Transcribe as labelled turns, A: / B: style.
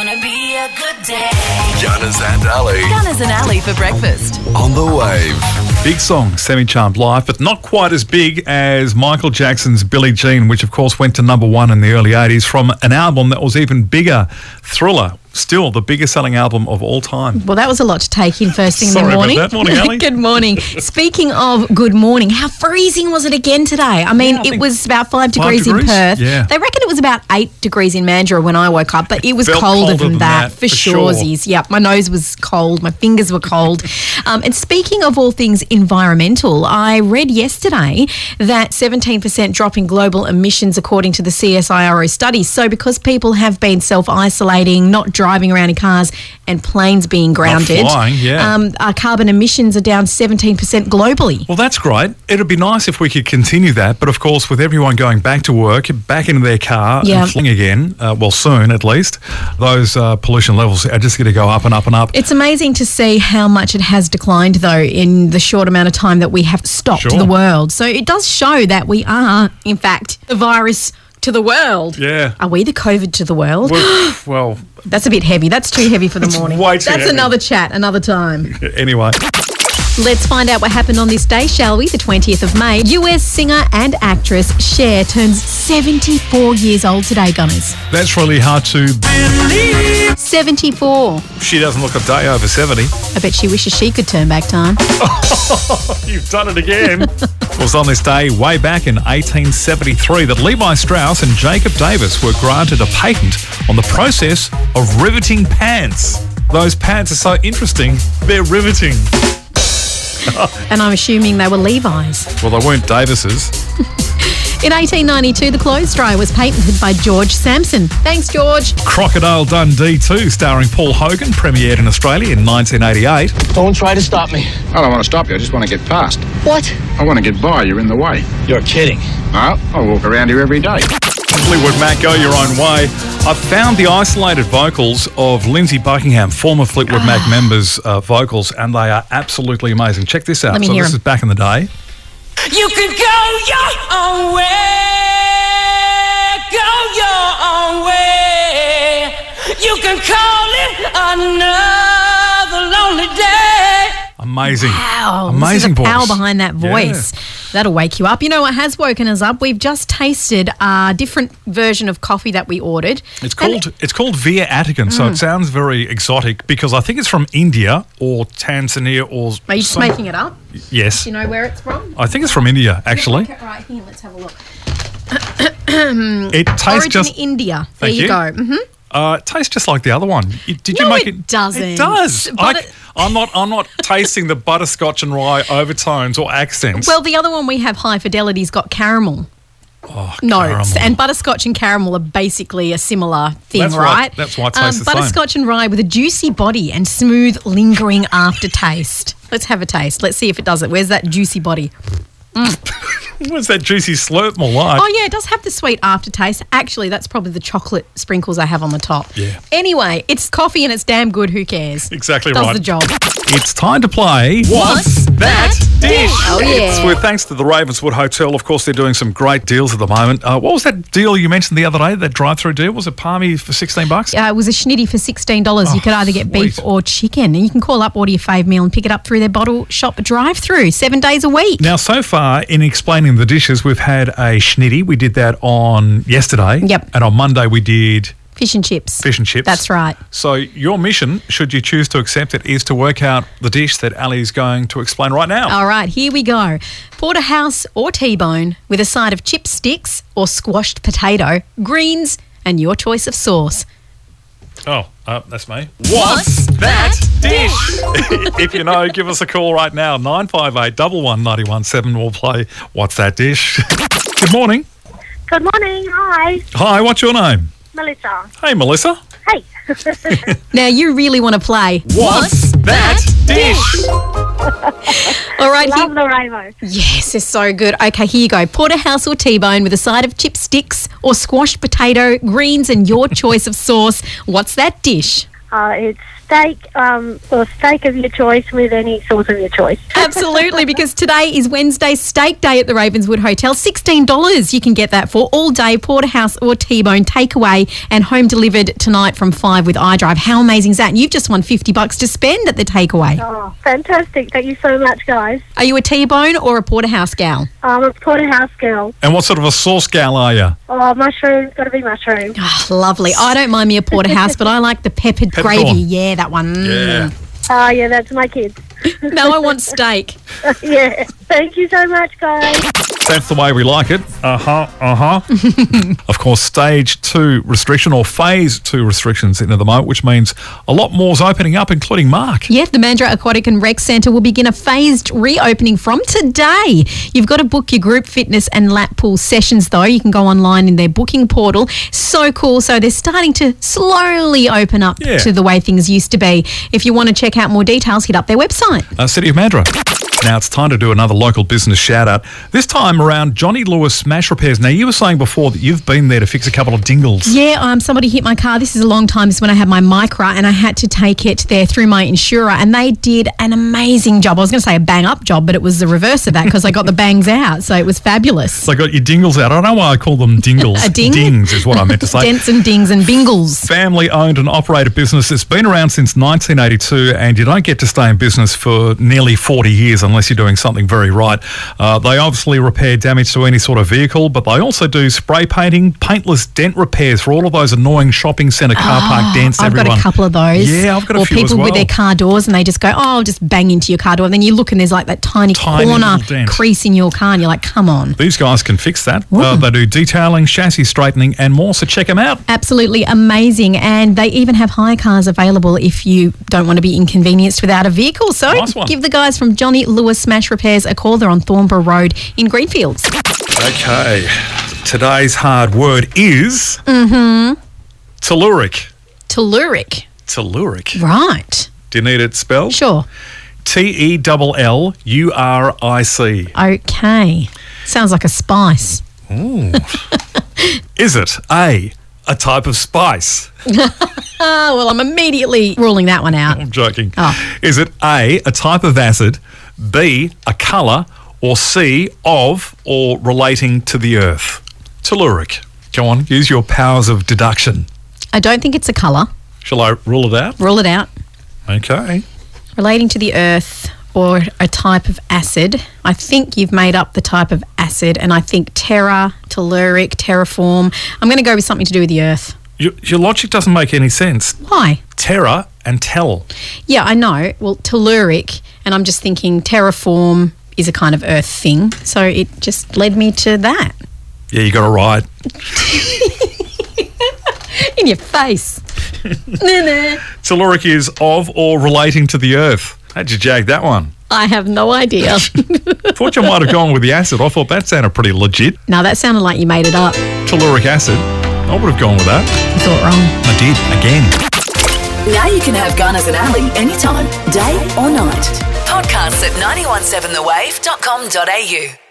A: a good day.
B: Gunners and Ali
C: Gunners and Alley for breakfast.
B: on the wave.
D: Big song, Semi Charmed Life, but not quite as big as Michael Jackson's Billie Jean, which of course went to number one in the early 80s from an album that was even bigger, Thriller, still the biggest selling album of all time.
E: Well, that was a lot to take in first thing in
D: Sorry
E: the
D: about
E: morning.
D: that. Morning, Ali.
E: good morning. Speaking of good morning, how freezing was it again today? I mean,
D: Yeah, I
E: it
D: think
E: was about five degrees,
D: degrees?
E: in Perth.
D: Yeah.
E: They reckon it was about eight degrees in Mandurah when I woke up, but it was
D: felt
E: colder,
D: colder
E: than,
D: than
E: that,
D: that, for
E: for, sure.
D: sure.
E: Yep, my nose was cold, my fingers were cold. um, and speaking of all things environmental, I read yesterday that 17% drop in global emissions according to the CSIRO study. So because people have been self isolating, not driving around in cars, and planes being grounded,
D: flying, yeah.
E: um, our carbon emissions are down 17% globally.
D: Well, that's great. It'd be nice if we could continue that, but of course, with everyone going back to work, back into their car,
E: Yeah.
D: and flying again, uh, well, soon at least, those uh, pollution levels are just going to go up and up and up.
E: It's amazing to see how much it has declined, though, in the short amount of time that we have stopped
D: Sure.
E: the world. So it does show that we are, in fact, the virus to the world.
D: Yeah.
E: Are we the COVID to the world?
D: Well, well,
E: That's a bit heavy. That's too heavy for the morning.
D: way too
E: That's
D: heavy.
E: another chat, another time.
D: anyway.
E: Let's find out what happened on this day, shall we? The 20th of May. US singer and actress Cher turns 74 years old today, Gunners.
D: That's really hard to.
E: 74.
D: She doesn't look a day over 70.
E: I bet she wishes she could turn back time.
D: You've done it again. it was on this day, way back in 1873, that Levi Strauss and Jacob Davis were granted a patent on the process of riveting pants. Those pants are so interesting, they're riveting.
E: And I'm assuming they were Levi's.
D: Well, they weren't Davis's.
E: In 1892, the clothes dryer was patented by George Sampson. Thanks, George.
D: Crocodile Dundee 2, starring Paul Hogan, premiered in Australia in 1988.
F: Don't try to stop me.
G: I don't want to stop you. I just want to get past.
F: What?
G: I want to get by. You're in the way.
F: You're kidding.
G: Well, I walk around here every day.
D: Fleetwood Mac, go your own way. I found the isolated vocals of Lindsay Buckingham, former Fleetwood
E: Ah.
D: Mac members' uh, vocals, and they are absolutely amazing. Check this out.
E: Let me
D: so
E: hear
D: this
E: 'em.
D: is back in the day.
A: You can go your own way. Go your own way. You can call it another lonely day.
D: Amazing.
E: Wow. this
D: Amazing
E: is the power
D: voice.
E: behind that voice. That'll wake you up. You know what has woken us up? We've just tasted a different version of coffee that we ordered.
D: It's
E: And Mm.
D: called it's called Via Attican, so it sounds very exotic because I think it's from India or Tanzania or
E: Are you just
D: some-
E: making it up? Do
D: Yes.
E: you know where it's from?
D: I think it's from India actually.
E: Okay, right here, let's have a look.
D: It tastes
E: Origin
D: just
E: India. There
D: Thank
E: you,
D: you.
E: go. hmm
D: uh, it tastes just like the other one. You- Did you
E: No,
D: make
E: it
D: it?
E: doesn't.
D: It does.
E: Butter-
D: I, am not I'm not tasting the butterscotch and rye overtones or accents.
E: Well, the other one we have, High Fidelity's got caramel. No,
D: Oh, caramel.
E: and butterscotch and caramel are basically a similar thing,
D: That's why-
E: right? Um,
D: that's why it tastes the same.
E: Butterscotch and rye with a juicy body and smooth, lingering aftertaste. Let's have a taste. Let's see if it does it. Where's that juicy body?
D: What's that juicy slurp more like?
E: Oh yeah, it does have the sweet aftertaste. Actually, that's probably the chocolate sprinkles I have on the top.
D: Yeah.
E: Anyway, it's coffee and it's damn good. Who cares?
D: Exactly
E: does
D: right.
E: the job.
D: It's time to play
E: What's That Dish? Oh, yeah.
D: It's with thanks to the Ravenswood Hotel. Of course, they're doing some great deals at the moment. Uh, what was that deal you mentioned the other day? That drive-through deal was it palmy for sixteen bucks?
E: Uh, it was a schnitty for sixteen dollars. you could either get beef
D: Oh, sweet.
E: or chicken, and you can call up order your fave meal and pick it up through their bottle shop drive-through seven days a week.
D: Now, so far in explaining the dishes, we've had a schnitty. We did that on yesterday.
E: Yep.
D: And on Monday we did
E: Fish and chips.
D: fish and chips.
E: That's right.
D: So your mission, should you choose to accept it, is to work out the dish that Ali is going to explain right now.
E: All right, here we go. Porterhouse or T-bone with a side of chipsticks or squashed potato, greens, and your choice of sauce.
D: Oh, uh, that's me. What's that dish? if you know, give us a call right now. 958 11917. We'll play What's That Dish? Good morning.
H: Good morning. Hi,
D: Hi, what's your name?
H: Melissa.
D: Hey, Melissa.
H: Hey.
E: Now you really want to play.
D: What's that dish?
E: All right, here,
H: Love the Rainbow.
E: yes, it's so good. Okay, here you go. Porterhouse or T-bone with a side of chipsticks or squashed potato, greens, and your choice of sauce. What's that dish?
H: Uh, it's steak, um, or steak of your choice with any sauce of your choice.
E: Absolutely, because today is Wednesday steak day at the Ravenswood Hotel. $16 you can get that for all day, porterhouse or T-bone takeaway and home delivered tonight from 5 with iDrive. How amazing is that? And you've just won 50 bucks to spend at the takeaway.
H: Oh, fantastic. Thank you so much, guys.
E: Are you a T-bone or a porterhouse gal?
H: I'm a porterhouse girl.
D: And what sort of a sauce gal are you?
H: Oh, mushroom. Got to be mushroom.
E: Oh, lovely. I don't mind me a porterhouse, but I like the peppered
D: Peppercorn.
E: gravy. Yeah, that one. Mm.
H: Oh, yeah, that's my kids.
E: No, I want steak.
H: yeah. Thank you so much, guys.
D: That's the way we like it. Uh huh. Uh huh. of course, stage two restriction or phase two restrictions in at the moment, which means a lot more's opening up, including Mark.
E: Yeah, the Mandurah Aquatic and Rec Centre will begin a phased reopening from today. You've got to book your group fitness and lap pool sessions, though. You can go online in their booking portal. So cool. So they're starting to slowly open up
D: Yeah.
E: to the way things used to be. If you want to check out more details, hit up their website.
D: uh, City of Mandurah. Now it's time to do another local business shout out. This time around, Johnny Lewis Smash Repairs. Now, you were saying before that you've been there to fix a couple of dingles.
E: Yeah, um, somebody hit my car. This is a long time. This is when I had my micra, and I had to take it there through my insurer, and they did an amazing job. I was going to say a bang up job, but it was the reverse of that because I got the bangs out, so it was fabulous.
D: So I got your dingles out. I don't know why I call them dingles.
E: A ding?
D: Dings is what I meant to say.
E: Dents and dings and bingles.
D: family owned and operated business. It's been around since 1982, and you don't get to stay in business for nearly 40 years unless you're doing something very right. Uh, they obviously repair damage to any sort of vehicle, but they also do spray painting, paintless dent repairs for all of those annoying shopping centre car park dents.
E: Ah, I've
D: everyone.
E: got a couple of those.
D: Yeah, I've got a
E: or
D: few as
E: people with
D: well.
E: their car doors and they just go, oh, I'll just bang into your car door. And then you look and there's like that tiny,
D: Tiny
E: corner
D: little dent.
E: crease in your car and you're like, come on.
D: These guys can fix that. Uh, they do detailing, chassis straightening, and more. So check them out.
E: Absolutely amazing. And they even have hire cars available if you don't want to be inconvenienced without a vehicle. So
D: Nice one.
E: give the guys from Johnny Lewis Smash Repairs a call. They're on Thornborough Road in Greenfields.
D: Okay. Today's hard word is. Mm-hmm. Telluric.
E: Telluric.
D: Telluric.
E: Right.
D: Do you need it spelled?
E: Sure.
D: T E L L U R I C.
E: Okay. Sounds like a spice.
D: Is it A, a type of spice?
E: Oh, well, I'm immediately ruling that one out.
D: I'm joking.
E: Oh.
D: Is it A, a type of acid, B, a colour, or C, of or relating to the earth? Telluric. Go on, use your powers of deduction.
E: I don't think it's a colour.
D: Shall I rule it out?
E: Rule it out.
D: Okay.
E: relating to the earth or a type of acid. I think you've made up the type of acid, and I think terra, telluric, terraform. I'm going to go with something to do with the earth.
D: Your, your logic doesn't make any sense.
E: Why?
D: Terra and tell.
E: Yeah, I know. Well, telluric, and I'm just thinking terraform is a kind of earth thing. So it just led me to that.
D: Yeah, you got it right.
E: In your face. Nah, nah.
D: Telluric is of or relating to the earth. How'd you jag that one?
E: I have no idea.
D: thought you might have gone with the acid. I thought that sounded pretty legit.
E: now that sounded like you made it up. You
D: Telluric acid. I would have gone with that.
E: thought wrong.
D: I did again.
C: Now you can have Gunners and Alley anytime, day or night. Podcasts at 917thewave.com.au.